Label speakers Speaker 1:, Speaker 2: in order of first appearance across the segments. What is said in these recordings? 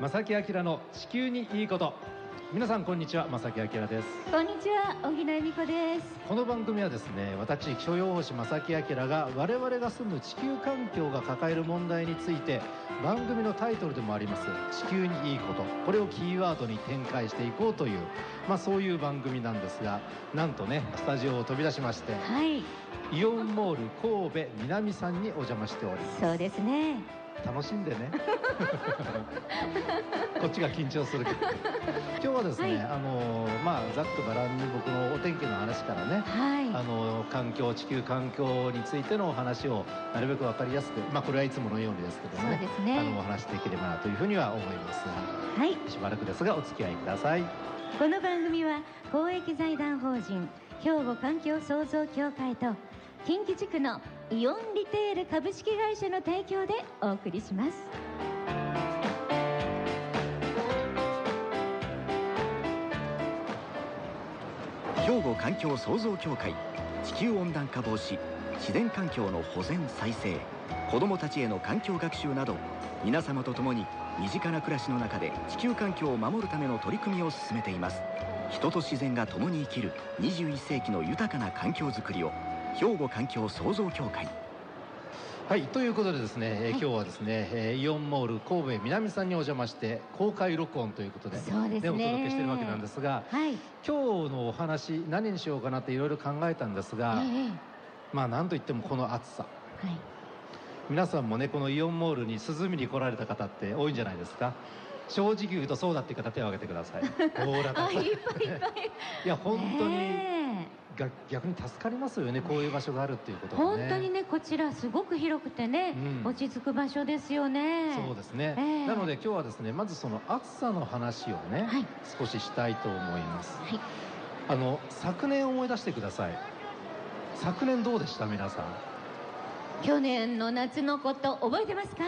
Speaker 1: 正木明の地球にいいこと皆さんこんにちは正木明です
Speaker 2: こんにちは、小木野恵美子です。
Speaker 1: この番組はですね私気象予報士正木明が我々が住む地球環境が抱える問題について番組のタイトルでもあります「地球にいいこと」これをキーワードに展開していこうという、まあ、そういう番組なんですがなんとねスタジオを飛び出しまして
Speaker 2: はい、
Speaker 1: イオンモール神戸南さんにお邪魔しております
Speaker 2: そうですね。
Speaker 1: 楽しんでね こっちが緊張するけど今日はですね、
Speaker 2: はい
Speaker 1: あのまあざっくばらんに僕のお天気の話からねあ
Speaker 2: は
Speaker 1: の環境地球環境についてのお話をなるべく分かりやすく、まあ、これはいつものようにですけど
Speaker 2: そう
Speaker 1: ね
Speaker 2: ですね
Speaker 1: あのお話しできればなというふうには思います
Speaker 2: い、はい、
Speaker 1: しばらくですがお付き合いください
Speaker 2: この番組は公益財団法人兵庫環境創造協会と近畿地区のイオンリテール株式会社の提供でお送りします。
Speaker 3: 兵庫環境創造協会地球温暖化防止自然環境の保全再生子どもたちへの環境学習など皆様と共に身近な暮らしの中で地球環境を守るための取り組みを進めています人と自然が共に生きる21世紀の豊かな環境づくりを兵庫環境創造協会
Speaker 1: はいということでですね、えー
Speaker 2: い
Speaker 1: 今日はですね、えーイオンモール神戸南さんにお邪魔して公開録音ということで
Speaker 2: そうですね
Speaker 1: お届けしてるわけなんですが
Speaker 2: はい、
Speaker 1: 今日のお話何にしようかなっていろいろ考えたんですが、
Speaker 2: ええ
Speaker 1: まあなんといってもこの暑さ
Speaker 2: はい、
Speaker 1: 皆さんもねこのイオンモールに涼みに来られた方って多いんじゃないですか正直言うとそうだっていう方手を挙げてくだ さいほら
Speaker 2: あ、
Speaker 1: 高い
Speaker 2: いっぱいいっぱい。
Speaker 1: いや 本当に
Speaker 2: ね
Speaker 1: が逆に助かりますよねこういう場所があるっていうこ
Speaker 2: え
Speaker 1: とはね
Speaker 2: 本当にね、こちらすごく広くてね、
Speaker 1: うん
Speaker 2: 落ち着く場所ですよね。
Speaker 1: そうですね、
Speaker 2: ええ
Speaker 1: なので今日はですねまずその暑さの話をね、
Speaker 2: はい
Speaker 1: 少ししたいと思います
Speaker 2: はい、
Speaker 1: あの昨年を思い出してください昨年どうでした皆さん
Speaker 2: 去年の夏のこと覚えてますか？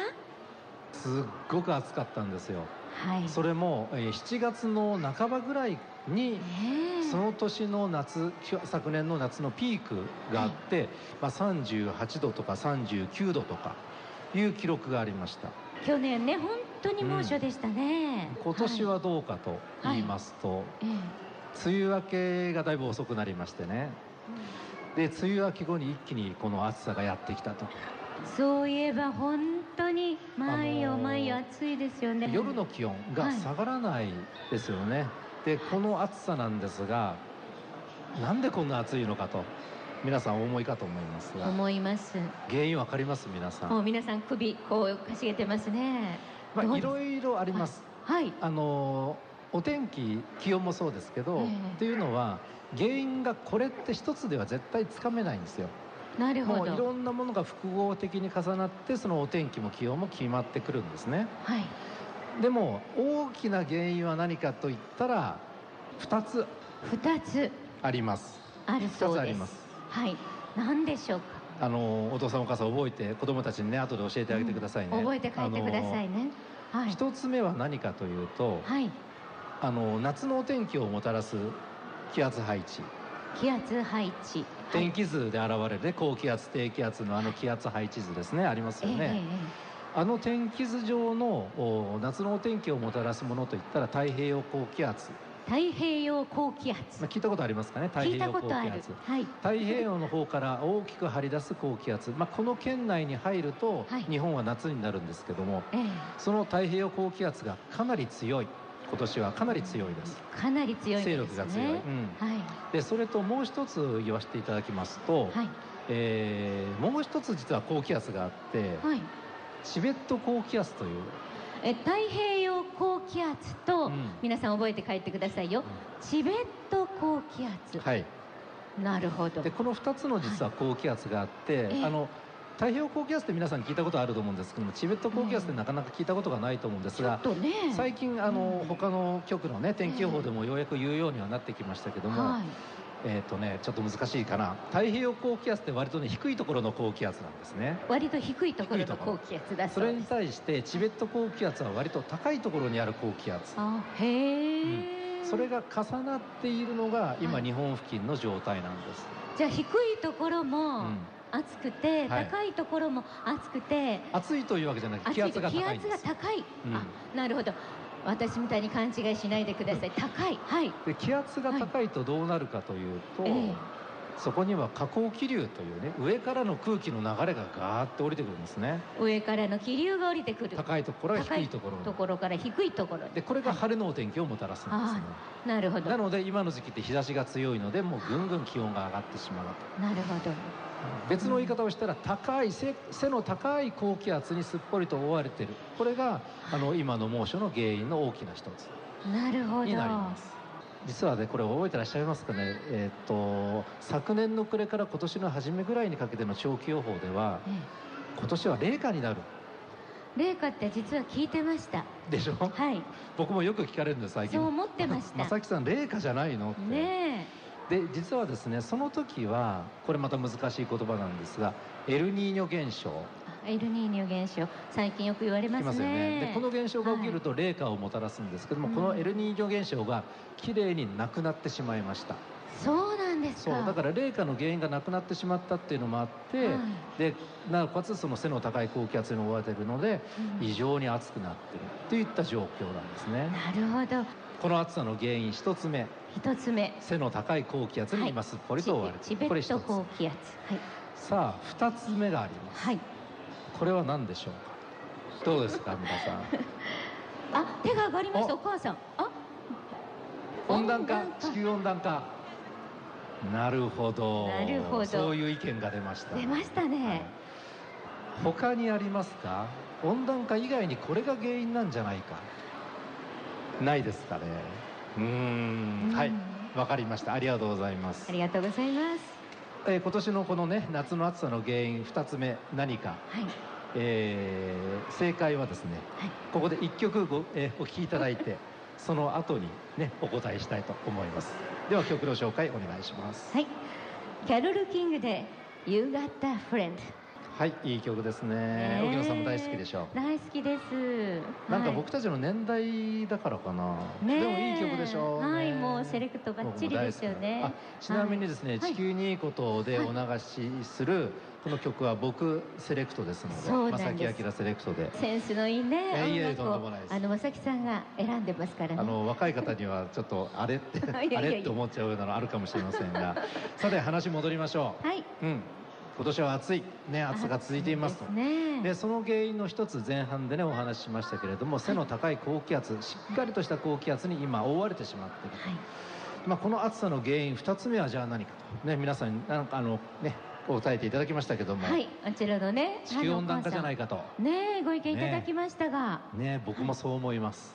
Speaker 1: すっごく暑かったんですよ
Speaker 2: はい。
Speaker 1: それも、えー7月の半ばぐらいに
Speaker 2: ねえ
Speaker 1: その年の夏きょ昨年の夏のピークがあって、まあ、38度とか39度とかいう記録がありました
Speaker 2: 去年ね本当に猛暑でしたね、
Speaker 1: 今年
Speaker 2: い
Speaker 1: はどうかと言いますと、
Speaker 2: ええ
Speaker 1: 梅雨明けがだいぶ遅くなりましてねで梅雨明け後に一気にこの暑さがやってきたと、
Speaker 2: そういえば本当に毎
Speaker 1: あ
Speaker 2: 夜
Speaker 1: のー
Speaker 2: 毎夜暑いですよね、
Speaker 1: 夜の気温が下がらないですよね、でこの暑さなんですがなんでこんな暑いのかと皆さんお思いかと思いますが
Speaker 2: 思います
Speaker 1: 原因わかります皆さん
Speaker 2: もう皆さん首こうかしげてますね
Speaker 1: ま
Speaker 2: どう
Speaker 1: あ、
Speaker 2: で
Speaker 1: い
Speaker 2: す
Speaker 1: ろいろあります、
Speaker 2: はい
Speaker 1: あのお天気気温もそうですけど、
Speaker 2: ええ
Speaker 1: っていうのは原因がこれって一つでは絶対つかめないんですよ
Speaker 2: なる
Speaker 1: も
Speaker 2: ほ
Speaker 1: うい
Speaker 2: ど
Speaker 1: ろんなものが複合的に重なってそのお天気も気温も決まってくるんですね
Speaker 2: はい
Speaker 1: でも大きな原因は何かといったら2つ
Speaker 2: 二つ
Speaker 1: あります
Speaker 2: あるそ
Speaker 1: 二
Speaker 2: うで
Speaker 1: つ
Speaker 2: す
Speaker 1: あります
Speaker 2: はい何でしょうか
Speaker 1: あのお父さんお母さん覚えて子供たちにね後で教えてあげてくださいね、
Speaker 2: 覚えて帰ってくださいねはい
Speaker 1: 1つ目は何かというと、
Speaker 2: はい
Speaker 1: あの夏のお天気をもたらす気圧配置
Speaker 2: 気圧配置
Speaker 1: 天気図で現れるね高気圧低気圧のあの気圧配置図ですねありますよ
Speaker 2: はいええ
Speaker 1: ね、あの天気図上のお夏のお天気をもたらすものといったら太平洋高気圧、
Speaker 2: ええ太平洋高気圧
Speaker 1: まあ、聞いたことありますかね太
Speaker 2: 聞い
Speaker 1: 平
Speaker 2: た
Speaker 1: 洋高
Speaker 2: こ
Speaker 1: 気
Speaker 2: とある
Speaker 1: 圧
Speaker 2: はい
Speaker 1: 太平洋の方から大きく張り出す高気圧、まあ、この圏内に入ると
Speaker 2: はい
Speaker 1: 日本は夏になるんですけども
Speaker 2: ええ
Speaker 1: その太平洋高気圧がかなり強い今年はかなり強いです
Speaker 2: かなり強いんです
Speaker 1: 勢
Speaker 2: ね
Speaker 1: 力が強い、うん、
Speaker 2: はい
Speaker 1: でそれともう一つ言わせていただきますと、
Speaker 2: はい
Speaker 1: えーもう一つ実は高気圧があって
Speaker 2: はい
Speaker 1: チベット高気圧という
Speaker 2: え太平洋高気圧と、
Speaker 1: うん
Speaker 2: 皆さん覚えて帰ってくださいよ、チベット高気圧、
Speaker 1: はい
Speaker 2: なるほど
Speaker 1: でこの2つの実は高気圧があって、
Speaker 2: ええ
Speaker 1: あの太平洋高気圧って皆さん聞いたことあると思うんですけどもチベット高気圧ってなかなか聞いたことがないと思うんです
Speaker 2: ちょっ
Speaker 1: が、
Speaker 2: とね
Speaker 1: 最近あの、
Speaker 2: うん
Speaker 1: 他の局のね天気予報でもようやく言うようにはなってきましたけども、
Speaker 2: は
Speaker 1: えっ、とねちょっと難しいかな太平洋高気圧って割とね低いところの高気圧なんですね。
Speaker 2: い、割と低いとこ
Speaker 1: 低
Speaker 2: ろの
Speaker 1: いとこ
Speaker 2: 高
Speaker 1: ろ
Speaker 2: 気圧だ
Speaker 1: そ
Speaker 2: そう
Speaker 1: れ
Speaker 2: で
Speaker 1: に
Speaker 2: す
Speaker 1: 対してチベット高気圧は割と高いところにある高気圧
Speaker 2: あへえ、
Speaker 1: それが重なっているのが今
Speaker 2: はい
Speaker 1: 日本付近の状態なんです、
Speaker 2: じゃあ低いところも、
Speaker 1: うん
Speaker 2: 暑くて、
Speaker 1: はい
Speaker 2: 高いところも暑くて
Speaker 1: 暑いというわけじゃなくて気
Speaker 2: 暑い
Speaker 1: 圧
Speaker 2: と
Speaker 1: が
Speaker 2: 気
Speaker 1: 高いん
Speaker 2: 圧
Speaker 1: で
Speaker 2: が
Speaker 1: す
Speaker 2: 高い、
Speaker 1: うん
Speaker 2: あなるほど私みたいに勘違いしないでください高いはい
Speaker 1: で気圧が高いとどうなるかというと、
Speaker 2: ええ
Speaker 1: そこには下降気流というね上からの空気の流れがガーッて降りてくるんですね
Speaker 2: 上からの気流が降りてくる
Speaker 1: 高いところは
Speaker 2: 高
Speaker 1: 低いところに
Speaker 2: ところから低いところに
Speaker 1: でこれが晴れのお天気をもたらすんですね、
Speaker 2: なるほど
Speaker 1: な
Speaker 2: なる
Speaker 1: ので今の時期って日差しが強いのでもうぐんぐん気温が上がってしまう
Speaker 2: ほど
Speaker 1: 別の言い方をしたら高い背背の高い高気圧にすっぽりと覆われてるこれがあの今の猛暑の原因の大きな一つ
Speaker 2: なるほど
Speaker 1: になります実はねこれ覚えてらっしゃいますかねえーっと昨年の暮れから今年の初めぐらいにかけての長期予報では
Speaker 2: え
Speaker 1: 今年は冷夏になる
Speaker 2: え冷夏って実は聞いてました
Speaker 1: でしょ
Speaker 2: はい
Speaker 1: 僕もよく聞かれるんです最近
Speaker 2: そう思ってました
Speaker 1: まさきさん冷夏じゃないのって、
Speaker 2: ね
Speaker 1: で実はですねその時はこれまた難しい言葉なんですがエルニーニョ現象
Speaker 2: えあエルニーニョ現象最近よく言われ
Speaker 1: 聞
Speaker 2: ま
Speaker 1: きますすよねで
Speaker 2: ね
Speaker 1: この現象が起きると冷夏をもたらすんですけども、
Speaker 2: うん
Speaker 1: このエルニーニョ現象がきれいになくなってしまいました
Speaker 2: そうなんです
Speaker 1: そう
Speaker 2: か
Speaker 1: だから冷夏の原因がなくなってしまったっていうのもあって、
Speaker 2: はい
Speaker 1: でなおかつその背の高い高気圧に覆われているので
Speaker 2: うん
Speaker 1: 異常に暑くなっているといった状況なんですね
Speaker 2: なるほど
Speaker 1: この暑さの原因一つ目
Speaker 2: 一つ目
Speaker 1: 背の高い高気圧に今すっぽりと覆われて
Speaker 2: チ
Speaker 1: いる、
Speaker 2: ベ
Speaker 1: これ
Speaker 2: ッ
Speaker 1: 一
Speaker 2: ト
Speaker 1: つ
Speaker 2: 高気圧はい、
Speaker 1: さあ二つ目があります
Speaker 2: はい、
Speaker 1: これは何でしょうかどうですか皆さん
Speaker 2: あ手が上がりました
Speaker 1: あ
Speaker 2: お母さんあ
Speaker 1: 温暖化
Speaker 2: 温暖化
Speaker 1: 地球温暖化なるほど
Speaker 2: なるほど
Speaker 1: そういう意見が出ました
Speaker 2: 出ましたね
Speaker 1: はい他にありますか温暖化以外にこれが原因なんじゃないかないですかねうーん
Speaker 2: うん
Speaker 1: はいわかりましたありがとうございます
Speaker 2: ありがとうございます
Speaker 1: えー今年のこのね夏の暑さの原因2つ目何か、
Speaker 2: はい
Speaker 1: えー正解はですね、
Speaker 2: はい
Speaker 1: ここで1曲ご、えーお聴きいただいてその後にねお答えしたいと思いますでは曲の紹介お願いします
Speaker 2: はいキャロル・キングで「You Got a Friend
Speaker 1: はいいい曲ですね、
Speaker 2: ねえ
Speaker 1: 沖野さんも大好きでしょ」
Speaker 2: 大好きです
Speaker 1: なんか
Speaker 2: はい
Speaker 1: 僕たちの年代だからかな、
Speaker 2: ねえ
Speaker 1: でもいい曲でしょ
Speaker 2: はい
Speaker 1: ねえ
Speaker 2: もうセレクトバッチリですよ
Speaker 1: 僕も
Speaker 2: ね
Speaker 1: 大好きあちなみにですね、
Speaker 2: はい
Speaker 1: 地球にいいことで
Speaker 2: はい
Speaker 1: お流しするこの曲は僕セレクトですので
Speaker 2: そうなんです
Speaker 1: 正木明セレクトで
Speaker 2: センスのいいね
Speaker 1: いやいや
Speaker 2: 音楽を
Speaker 1: とんでもないです
Speaker 2: あの正木さんが選んでますからね
Speaker 1: あの若い方にはちょっとあれって
Speaker 2: いやいや
Speaker 1: あれって思っちゃうようなのあるかもしれません がさて話戻りましょ
Speaker 2: はい、
Speaker 1: う、うん、今年は暑いね暑さが続いていますと
Speaker 2: そうですね
Speaker 1: でその原因の一つ前半でねお話ししましたけれども背の高い高気圧しっかりとした高気圧に今覆われてしまっている
Speaker 2: はい
Speaker 1: まあ、この暑さの原因2つ目はじゃあ何かと、ね、皆さんになんかあの、ね、答えていただきましたけども、
Speaker 2: はい、あちらのね
Speaker 1: 地球温暖化じゃないいかと、
Speaker 2: ねえご意見いただきましたが、
Speaker 1: ね、僕もそう思います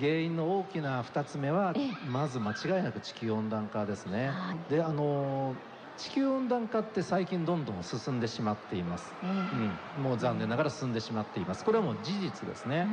Speaker 1: 原因の大きな2つ目は
Speaker 2: え
Speaker 1: まず間違いなく地球温暖化ですね
Speaker 2: はい
Speaker 1: であのー地球温暖化って最近どんどん進んでしまっています、
Speaker 2: ええ
Speaker 1: うん、もう残念ながら進んでしまっていますこれはもう事実ですね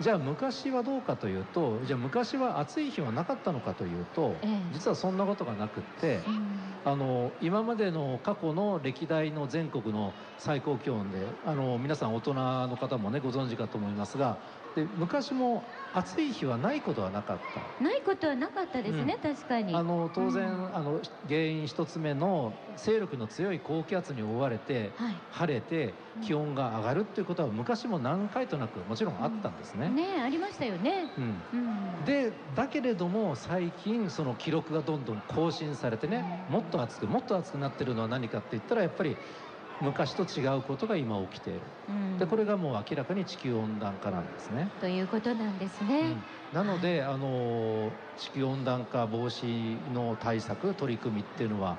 Speaker 1: じゃあ昔はどうかというとじゃあ昔は暑い日はなかったのかというと
Speaker 2: ええ
Speaker 1: 実はそんなことがなくって、
Speaker 2: うんうん
Speaker 1: あの今までの過去の歴代の全国の最高気温であの皆さん大人の方もねご存知かと思いますがで昔も暑い日はないことはなかっ
Speaker 2: ないことはなかったですね、確かに
Speaker 1: たあの当然、
Speaker 2: うん
Speaker 1: あの原因一つ目の勢力の強い高気圧に覆われて
Speaker 2: はい
Speaker 1: 晴れて
Speaker 2: うん
Speaker 1: 気温が上がるっていうことは昔も何回となくもちろんあったんですね。
Speaker 2: ねえありましたよね、
Speaker 1: うん
Speaker 2: うん、
Speaker 1: でだけれども最近その記録がどんどん更新されてねもっと暑くもっと暑くなってるのは何かって言ったらやっぱり昔と違うことが今起きている
Speaker 2: うん
Speaker 1: でこれがもう明らかに地球温暖化なんですね、
Speaker 2: ということなんですね、
Speaker 1: うんなのであのー地球温暖化防止の対策取り組みっていうのは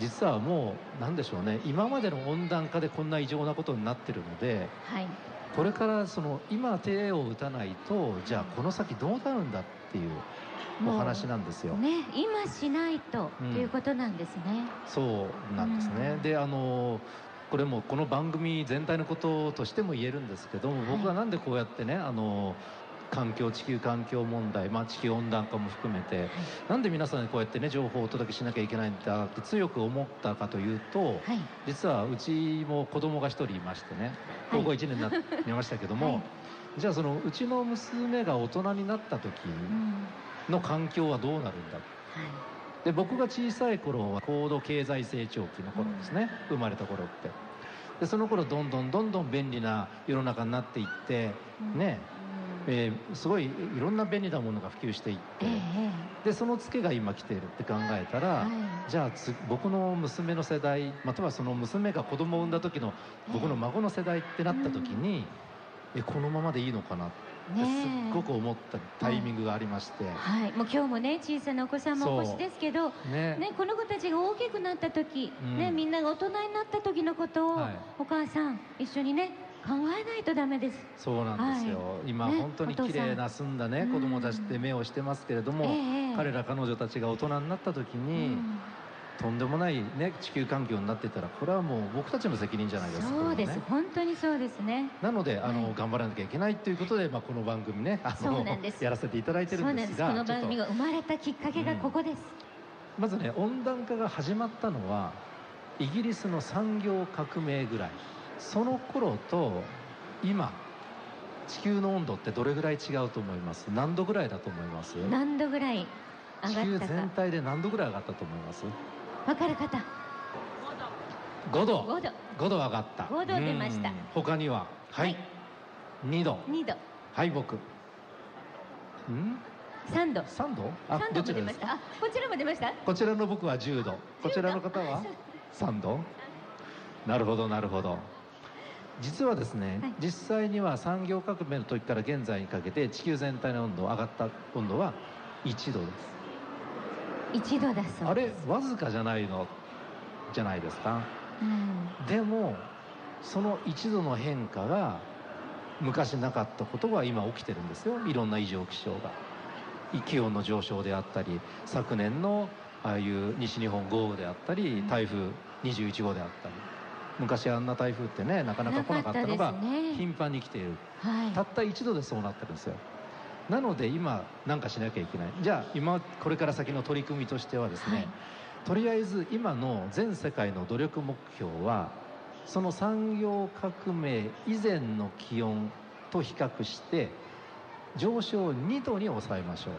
Speaker 1: 実はもう何でしょうね今までの温暖化でこんな異常なことになってるので
Speaker 2: はい
Speaker 1: これからその今手を打たないとじゃあこの先どうなるんだっていうお話なんですよ。
Speaker 2: ね今しないと、
Speaker 1: うん
Speaker 2: ということなんですね
Speaker 1: そうなんですね、
Speaker 2: うん
Speaker 1: であのこれもこの番組全体のこととしても言えるんですけども僕はなんでこうやってねあの環境地球環境問題、まあ、地球温暖化も含めてなんで皆さんにこうやってね情報をお届けしなきゃいけないんだって強く思ったかというと
Speaker 2: はい
Speaker 1: 実はうちも子供が1人いましてね高校1年になりましたけども、
Speaker 2: はい
Speaker 1: じゃあそのうちの娘が大人になった時
Speaker 2: うん
Speaker 1: の環境はどうなるんだ
Speaker 2: は
Speaker 1: で僕が小さい頃は高度経済成長期の頃ですね生まれた頃ってでその頃どんどんどんどん便利な世の中になっていってねえーすごいいろんな便利なものが普及していって
Speaker 2: ええ
Speaker 1: でそのツケが今来ているって考えたら
Speaker 2: はい
Speaker 1: じゃあつ僕の娘の世代またはその娘が子供を産んだ時の僕の孫の世代ってなった時にえこのままでいいのかなって
Speaker 2: ね
Speaker 1: すっ
Speaker 2: え
Speaker 1: ごく思ったタイミングがありまして
Speaker 2: はい、もう今日もね小さなお子さんもお越しですけど、
Speaker 1: ね
Speaker 2: ね、この子たちが大きくなった時、
Speaker 1: うん
Speaker 2: ね、みんなが大人になった時のことを、
Speaker 1: はい
Speaker 2: お母さん一緒にね考えないとダメです。
Speaker 1: そうなんですよ今
Speaker 2: ね
Speaker 1: 本当に綺麗な澄んだね
Speaker 2: お父さん
Speaker 1: 子供たちって目をしてますけれど
Speaker 2: え
Speaker 1: も
Speaker 2: えええ
Speaker 1: 彼ら彼女たちが大人になった時
Speaker 2: う
Speaker 1: に
Speaker 2: ん
Speaker 1: とんでもないね地球環境になってたらこれはもう僕たちの責任じゃないですか
Speaker 2: そう
Speaker 1: これは
Speaker 2: です、
Speaker 1: ね
Speaker 2: 本当にそうですね。
Speaker 1: なのであの、
Speaker 2: はい
Speaker 1: 頑張らなきゃいけないということで、まあ、この番組ねあ
Speaker 2: そう
Speaker 1: の
Speaker 2: なんです
Speaker 1: やらせていただいて
Speaker 2: そ
Speaker 1: る
Speaker 2: うなんん
Speaker 1: で
Speaker 2: ですす。
Speaker 1: が
Speaker 2: この番組
Speaker 1: ちょっ
Speaker 2: が生まれたきっかけがここです。
Speaker 1: とまずね温暖化が始まったのはイギリスの産業革命ぐらいその頃と今地球の温度ってどれぐらい違うと思います何度ぐらいだと思います
Speaker 2: 何度ぐらい
Speaker 1: 地
Speaker 2: 上が
Speaker 1: 球
Speaker 2: った
Speaker 1: 全
Speaker 2: か。
Speaker 1: 体で何度ぐらい上がったと思います
Speaker 2: わかる方、
Speaker 1: 5度
Speaker 2: 5度、
Speaker 1: 5度上がった
Speaker 2: 5度出ました
Speaker 1: うん他にはは、
Speaker 2: はい
Speaker 1: 二2度
Speaker 2: 2度、
Speaker 1: はい僕うん
Speaker 2: 3度、
Speaker 1: 3度あ
Speaker 2: 3
Speaker 1: ど
Speaker 2: 度も
Speaker 1: ちら
Speaker 2: 出
Speaker 1: で
Speaker 2: ますし
Speaker 1: か
Speaker 2: た。あ、こちらも出ました。
Speaker 1: こちらの僕は10度こちらの方は3度なるほどなるほど実はですね、
Speaker 2: はい
Speaker 1: 実際には産業革命の時から現在にかけて地球全体の温度上がった温度は1度で
Speaker 2: 1度だそうです
Speaker 1: す。あれわずかじゃないのじゃないですか
Speaker 2: うん
Speaker 1: でもその1度の変化が昔なかったことが今起きてるんですよいろんな異常気象が気温の上昇であったり昨年のああいう西日本豪雨であったり
Speaker 2: ん
Speaker 1: 台風21号であったり昔あんな台風ってねなかなか来なかったの
Speaker 2: なか
Speaker 1: が
Speaker 2: ったですね。
Speaker 1: 頻繁に来ている
Speaker 2: はい。
Speaker 1: たった1度でそうなってるんですよなので今なんかしなきゃいけないじゃあ今これから先の取り組みとしてはですね、
Speaker 2: はい
Speaker 1: とりあえず今の全世界の努力目標はその産業革命以前の気温と比較して上昇を2度に抑えましょ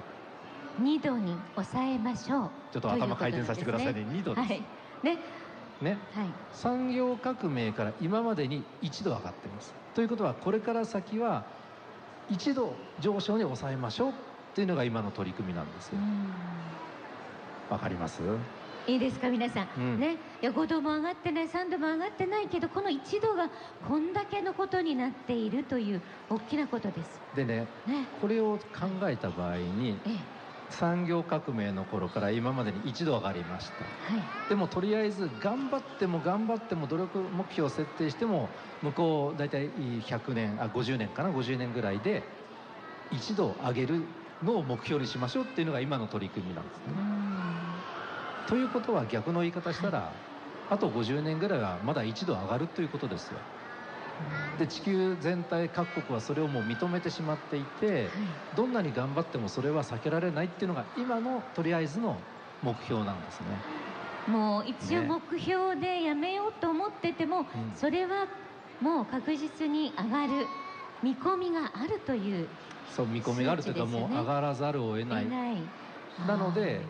Speaker 1: う
Speaker 2: 2度に抑えましょう。
Speaker 1: ちょっと頭回転させてくださいね2度です、
Speaker 2: はい。ね、
Speaker 1: ね
Speaker 2: はい。
Speaker 1: 産業革命から今までに1度上がってますということはこれから先は1度上昇に抑えましょうっていうのが今の取り組みなんです
Speaker 2: う
Speaker 1: よ
Speaker 2: ん
Speaker 1: わかります、
Speaker 2: いいですか皆さん。
Speaker 1: うん
Speaker 2: ね、いや5度も上がってない3度も上がってないけどこの1度がこんだけのことになっているという大きなことです
Speaker 1: でね
Speaker 2: ね
Speaker 1: これを考えた場合に
Speaker 2: ええ
Speaker 1: 産業革命の頃から今までに1度上がりました
Speaker 2: はい
Speaker 1: でもとりあえず頑張っても頑張っても努力目標を設定しても向こう大体100年あ50年かな50年ぐらいで1度上げるのを目標にしましょうっていうのが今の取り組みなんですねということは逆の言い方したらあと50年ぐらいはまだ1度上がるということですよで地球全体各国はそれをもう認めてしまっていてどんなに頑張ってもそれは避けられないっていうのが今のとりあえずの目標なんですね
Speaker 2: うんもう一応
Speaker 1: ね
Speaker 2: 目標でやめようと思ってても、
Speaker 1: ん
Speaker 2: それはもう確実に上がる見込みがあるという
Speaker 1: そう見込みがあるというか
Speaker 2: 数値です
Speaker 1: も
Speaker 2: ね
Speaker 1: う上がらざるを得
Speaker 2: 得
Speaker 1: な
Speaker 2: ないい
Speaker 1: なので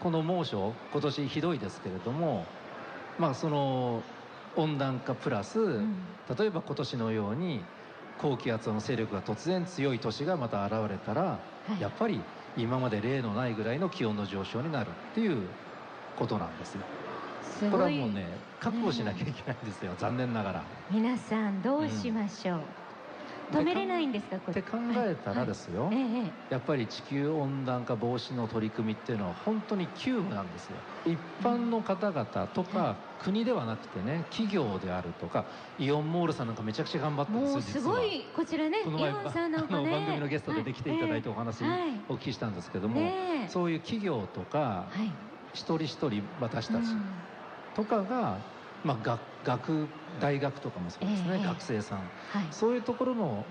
Speaker 1: この猛暑今年ひどいですけれどもまあその温暖化プラス、
Speaker 2: あーうん
Speaker 1: 例えば今年のように高気圧の勢力が突然強い年がまた現れたら
Speaker 2: はい
Speaker 1: やっぱり今まで例のないぐらいの気温の上昇になるっていうことなんですよ
Speaker 2: す
Speaker 1: これ
Speaker 2: ご
Speaker 1: はいもうね覚悟しなきゃいけないんですよ残念ながら。
Speaker 2: 皆さんどうしましょう、
Speaker 1: うん
Speaker 2: 止めれないんですかこ
Speaker 1: っ
Speaker 2: れ
Speaker 1: て考えたらですよ、
Speaker 2: えええ
Speaker 1: やっぱり地球温暖化防止の取り組みっていうのは本当に急務なんですよ一般の方々とか国ではなくてね企業であるとかイオンモールさんなんかめちゃくちゃ頑張って
Speaker 2: え
Speaker 1: るんです
Speaker 2: も
Speaker 1: よ
Speaker 2: うす
Speaker 1: 実は
Speaker 2: ごいこちらねイ
Speaker 1: この
Speaker 2: オ
Speaker 1: 前
Speaker 2: ンさんなんか
Speaker 1: あの
Speaker 2: ね
Speaker 1: 番組のゲストでできていただいて
Speaker 2: は
Speaker 1: お話
Speaker 2: はい
Speaker 1: お聞きしたんですけど
Speaker 2: え
Speaker 1: も、
Speaker 2: ねえ
Speaker 1: そういう企業とか
Speaker 2: はい
Speaker 1: 一人一人私たち
Speaker 2: うん
Speaker 1: とかが、まあ、学学大学とかもそうですね、
Speaker 2: ええ
Speaker 1: 学生さん
Speaker 2: はい
Speaker 1: そういうところの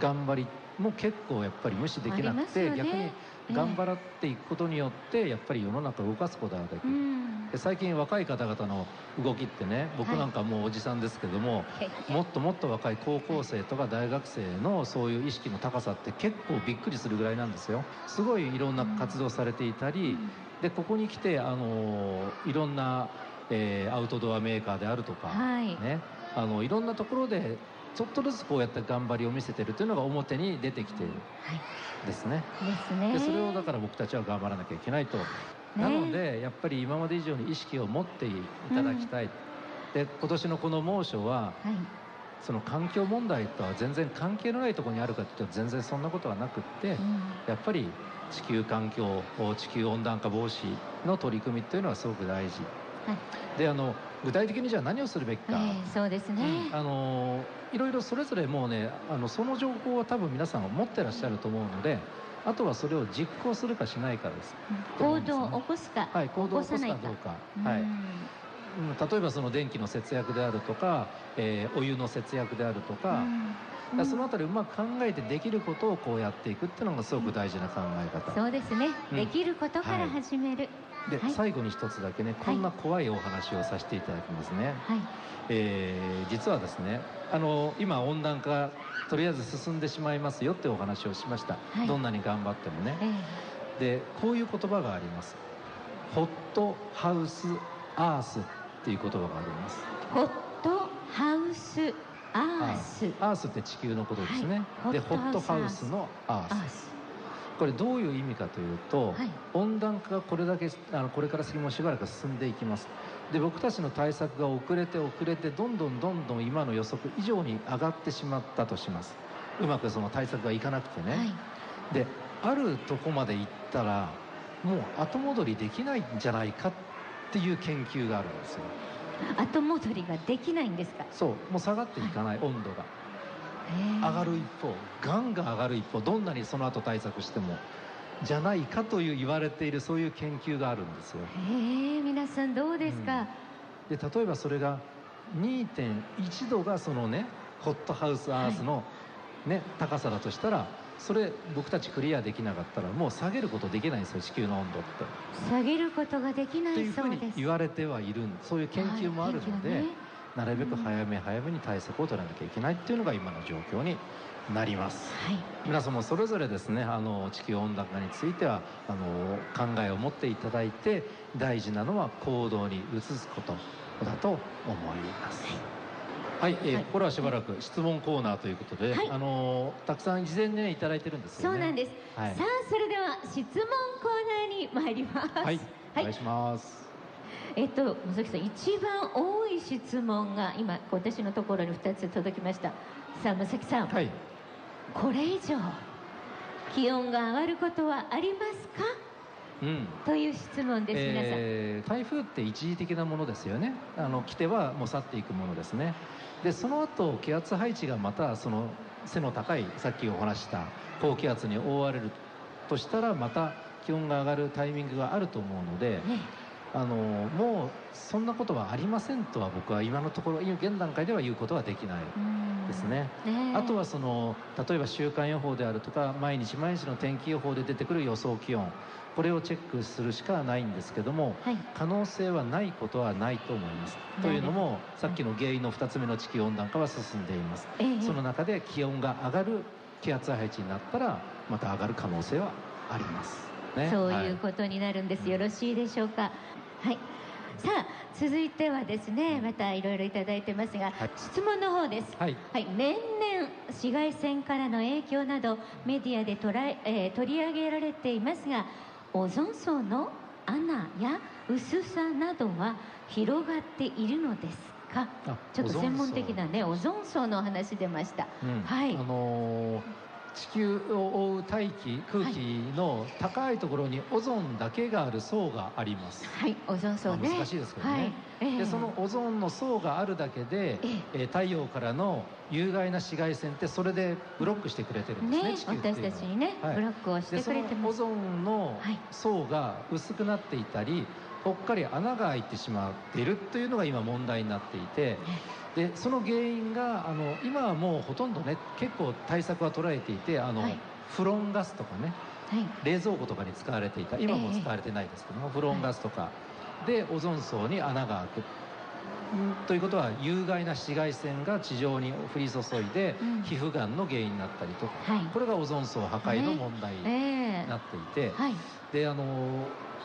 Speaker 1: 頑張りも結構やっぱり無視できな
Speaker 2: あり
Speaker 1: く
Speaker 2: ます
Speaker 1: て、
Speaker 2: よね
Speaker 1: 逆に
Speaker 2: ええ
Speaker 1: 頑張っていくことによってやっぱり世の中を動かすことができ
Speaker 2: う
Speaker 1: る、
Speaker 2: ん
Speaker 1: で最近若い方々の動きってね僕
Speaker 2: はい
Speaker 1: なんかもうおじさんですけども、もっともっと若い高校生とか大学生のそういう意識の高さって結構びっくりするぐらいなんですよすごいいろんな活動されていたり、でここに来て、あのーいろんな、えーアウトドアメーカーであるとか、
Speaker 2: はい
Speaker 1: ね、あのいろんなところでちょっとずつこうやって頑張りを見せてるというのが表に出てきてる
Speaker 2: は
Speaker 1: ですね
Speaker 2: いですね
Speaker 1: でそれをだから僕たちは頑張らなきゃいけないと、なのでやっぱり今まで以上に意識を持っていただきたい、で今年のこの猛暑は
Speaker 2: はい
Speaker 1: その環境問題とは全然関係のないところにあるかというと全然そんなことはなくって、
Speaker 2: うん
Speaker 1: やっぱり地球環境地球温暖化防止の取り組みというのはすごく大事、
Speaker 2: は
Speaker 1: であの具体的にじゃあ何をするべき
Speaker 2: え
Speaker 1: か、
Speaker 2: えそうですね
Speaker 1: うんあのいろいろそれぞれもうねあのその情報は多分皆さんは持ってらっしゃると思うのであとはそれを実行するかしないかです、
Speaker 2: 行動を起こすか
Speaker 1: はい、行動を起こすか
Speaker 2: 起こさ
Speaker 1: ど
Speaker 2: な
Speaker 1: う
Speaker 2: い
Speaker 1: か
Speaker 2: うん
Speaker 1: はいうん例えばその電気の節約であるとか、えーお湯の節約であるとか、だ
Speaker 2: う
Speaker 1: か
Speaker 2: ん
Speaker 1: らそのあたりをうまく考えてできることをこうやっていくっていうのがすごく大事な考え方、
Speaker 2: そうですね
Speaker 1: うん
Speaker 2: できることから
Speaker 1: はい
Speaker 2: 始める
Speaker 1: で、
Speaker 2: はい
Speaker 1: 最後に一つだけねこんな怖いお話をさせていただきますね、
Speaker 2: はい
Speaker 1: えー実はですねあの今温暖化とりあえず進んでしまいますよってお話をしました、
Speaker 2: はい
Speaker 1: どんなに頑張ってもね
Speaker 2: え
Speaker 1: でこういう言葉がありますホットハウスアースっていう言葉があります
Speaker 2: えホットハウスアース
Speaker 1: アースって地球のことですね、
Speaker 2: はい
Speaker 1: で
Speaker 2: ホ
Speaker 1: ホ
Speaker 2: ッ
Speaker 1: ッ
Speaker 2: ト
Speaker 1: ト
Speaker 2: ハ
Speaker 1: ハ
Speaker 2: ウ
Speaker 1: ウ
Speaker 2: ス
Speaker 1: スのアース
Speaker 2: アース
Speaker 1: これどういう意味かというと、
Speaker 2: はい
Speaker 1: 温暖化がこれだけあのこれから先もしばらく進んでいきますで僕たちの対策が遅れて遅れてどんどんどんどん今の予測以上に上がってしまったとしますうまくその対策がいかなくてね、
Speaker 2: はい
Speaker 1: であるとこまで行ったらもう後戻りできないんじゃないかっていう研究があるんですよ
Speaker 2: 後戻りができないんですか
Speaker 1: そうもう下がっていかない温度が上がる一方ガンガン上がる一方どんなにその後対策してもじゃないかという言われているそういう研究があるんですよ
Speaker 2: ええ皆さんどうですか、
Speaker 1: で例えばそれが2.1度がそのねホットハウスアースの、ね高さだとしたらそれ僕たちクリアできなかったらもう下げることできないんですよ地球の温度って。
Speaker 2: 下げることができな
Speaker 1: とい
Speaker 2: いう
Speaker 1: ふ
Speaker 2: そうう
Speaker 1: に
Speaker 2: です
Speaker 1: 言われてはいるんそういう研究もあるので、
Speaker 2: はい
Speaker 1: なるべく早め早めに対策を取らなきゃいけないっていうのが今の状況になります。
Speaker 2: 研究ね
Speaker 1: 皆さんもそれぞれですねあの地球温暖化についてはあの考えを持っていただいて大事なのは行動に移すことだと思います。はい、えー
Speaker 2: はい
Speaker 1: ここからはしばらく質問コーナーということで、
Speaker 2: はい
Speaker 1: あのたくさん事前にねいただいてるんです
Speaker 2: そ
Speaker 1: よね。
Speaker 2: うなんです、
Speaker 1: はい
Speaker 2: さあそれでは質問コーナーに参ります
Speaker 1: はい、お
Speaker 2: はい
Speaker 1: 願いします。
Speaker 2: えっと野崎さん一番多い質問が今私のところに2つ届きましたさあ野崎さん、
Speaker 1: はい、
Speaker 2: これ以上気温が上がることはありますか
Speaker 1: うん。
Speaker 2: という質問です、皆さん
Speaker 1: えー台風って一時的なものですよねあの来てはもう去っていくものですねでその後気圧配置がまたその背の高いさっきお話しした高気圧に覆われるとしたらまた気温が上がるタイミングがあると思うので
Speaker 2: ね
Speaker 1: あのもうそんなことはありませんとは僕は今のところ今現段階では言うことはできない
Speaker 2: うん
Speaker 1: ですね。
Speaker 2: ね
Speaker 1: あとはその例えば週間予報であるとか毎日毎日の天気予報で出てくる予想気温これをチェックするしかないんですけども
Speaker 2: はい
Speaker 1: 可能性はないことはないと思いますというのもさっきの原因の2つ目の地球温暖化は進んでいます
Speaker 2: ええ
Speaker 1: その中で気温が上がる気圧配置になったらまた上がる可能性はあります、ね、
Speaker 2: そう
Speaker 1: は
Speaker 2: いうことになるんです、よろしいでしょうかはいさあ続いてはですねまたいろいろいただいてますが、
Speaker 1: はい
Speaker 2: 質問の方です
Speaker 1: はい
Speaker 2: はい、年々紫外線からの影響などメディアで捉ええー取り上げられていますがオゾン層の穴や薄さなどは広がっているのですか
Speaker 1: あ
Speaker 2: ちょっと
Speaker 1: オゾン層
Speaker 2: 専門的なねオゾン層のお話出ました
Speaker 1: うん
Speaker 2: はい
Speaker 1: あのー地球を覆う大気空気の高いところにオゾンだけがある層があります、
Speaker 2: はいオゾン層ね
Speaker 1: まあ難しいですけどね
Speaker 2: はいえー
Speaker 1: でそのオゾンの層があるだけで
Speaker 2: え、
Speaker 1: えー太陽からの有害な紫外線ってそれでブロックしてくれてるんですね
Speaker 2: ね
Speaker 1: 地球っていう
Speaker 2: 私
Speaker 1: のは
Speaker 2: たちにね、
Speaker 1: はい
Speaker 2: ブロックをし
Speaker 1: で
Speaker 2: て
Speaker 1: そ
Speaker 2: くれ
Speaker 1: の
Speaker 2: てま
Speaker 1: オ
Speaker 2: す
Speaker 1: ゾンの
Speaker 2: はい
Speaker 1: 層が薄くなっていたりぽっかり穴が開いてしまっているというのが今問題になっていてでその原因があの今はもうほとんどね結構対策は捉えていてあの、
Speaker 2: はい
Speaker 1: フロンガスとかね
Speaker 2: はい
Speaker 1: 冷蔵庫とかに使われていた今も使われてないですけども、フロンガスとかでオゾン層に穴が開く。うんということは有害な紫外線が地上に降り注いで
Speaker 2: うん
Speaker 1: 皮膚がんの原因になったりとか
Speaker 2: はい
Speaker 1: これがオゾン層破壊の
Speaker 2: ね
Speaker 1: 問題
Speaker 2: え
Speaker 1: に
Speaker 2: え
Speaker 1: なっていて
Speaker 2: はい
Speaker 1: であの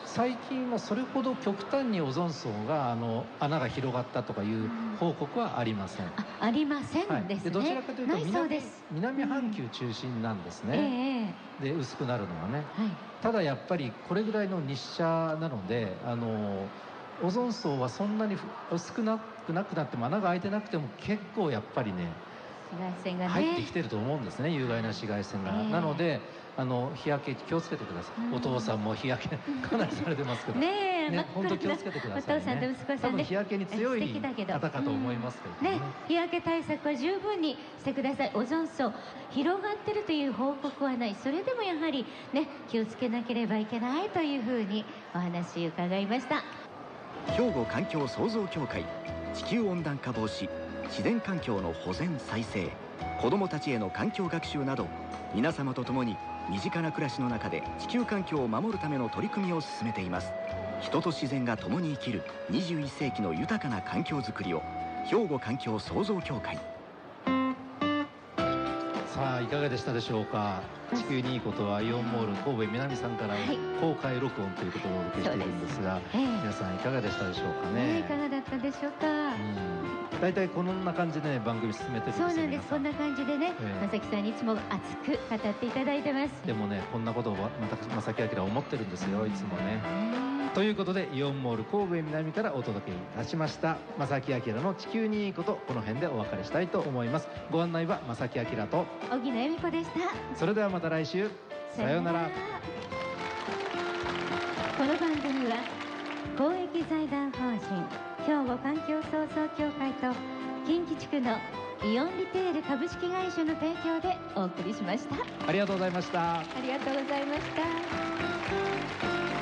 Speaker 1: 最近はそれほど極端にオゾン層があの穴が広がったとかいう報告はありません。
Speaker 2: あありませ
Speaker 1: は
Speaker 2: ん
Speaker 1: い、
Speaker 2: です
Speaker 1: で
Speaker 2: ね、
Speaker 1: どちらかというと
Speaker 2: ないそう
Speaker 1: 南
Speaker 2: です
Speaker 1: 南半球中心なんです
Speaker 2: ええ
Speaker 1: ね、
Speaker 2: ええ
Speaker 1: で薄くなるのはね
Speaker 2: はい
Speaker 1: ただやっぱりこれぐらいの日射なのであのオゾン層はそんなにふ薄くなくなくなっても穴が開いてなくても結構やっぱりね
Speaker 2: 紫外線がね
Speaker 1: 入ってきてると思うんですね有害な紫外線が、
Speaker 2: ええ
Speaker 1: なのであの日焼け気をつけてください、
Speaker 2: うん
Speaker 1: お父さんも日焼けかなりされてますけど
Speaker 2: ねえ、
Speaker 1: ね本当気をつ
Speaker 2: け
Speaker 1: けてく
Speaker 2: お
Speaker 1: だ
Speaker 2: 父
Speaker 1: さい
Speaker 2: さんと
Speaker 1: ね
Speaker 2: 息子
Speaker 1: 多
Speaker 2: さん
Speaker 1: 分
Speaker 2: ね
Speaker 1: 日焼けに強
Speaker 2: 素
Speaker 1: い
Speaker 2: 敵だけど
Speaker 1: 方かと思いますけど
Speaker 2: ね
Speaker 1: ね、、
Speaker 2: 日焼け対策は十分にしてくださいオゾン層広がってるという報告はないそれでもやはりね気をつけなければいけないというふうにお話伺いました
Speaker 3: 兵庫環境創造協会地球温暖化防止自然環境の保全再生子どもたちへの環境学習など皆様と共に身近な暮らしの中で地球環境を守るための取り組みを進めています人と自然が共に生きる21世紀の豊かな環境づくりを兵庫環境創造協会
Speaker 1: さあいかがでしたでしょうか地球にいいことはイオンモール神戸南さんから
Speaker 2: はい
Speaker 1: 公開録音ということをお受けしているんですが、
Speaker 2: え
Speaker 1: 皆さんいかがでしたでしょうか
Speaker 2: えねい
Speaker 1: ね
Speaker 2: かがだったでしょうか
Speaker 1: うん大体こんな感じでね番組進めてるんです
Speaker 2: そ
Speaker 1: よ
Speaker 2: うなんですこん
Speaker 1: 皆
Speaker 2: な感じでね、
Speaker 1: ええ
Speaker 2: まさきさんにいつも熱く語っていただいてます
Speaker 1: さんでもねこんなことをわ私正木明は思ってるんですよいつもね
Speaker 2: ね
Speaker 1: ということでイオンモール神戸南からお届けいたしました正木明の地球にいいことこの辺でお別れしたいと思いますご案内は正木明と
Speaker 2: 荻野恵美子でした
Speaker 1: それではまた来週さようなら
Speaker 2: この番組は公益財団法人兵庫環境創造協会と近畿地区のイオンリテール株式会社の提供でお送りしました
Speaker 1: ありがとうございました
Speaker 2: ありがとうございました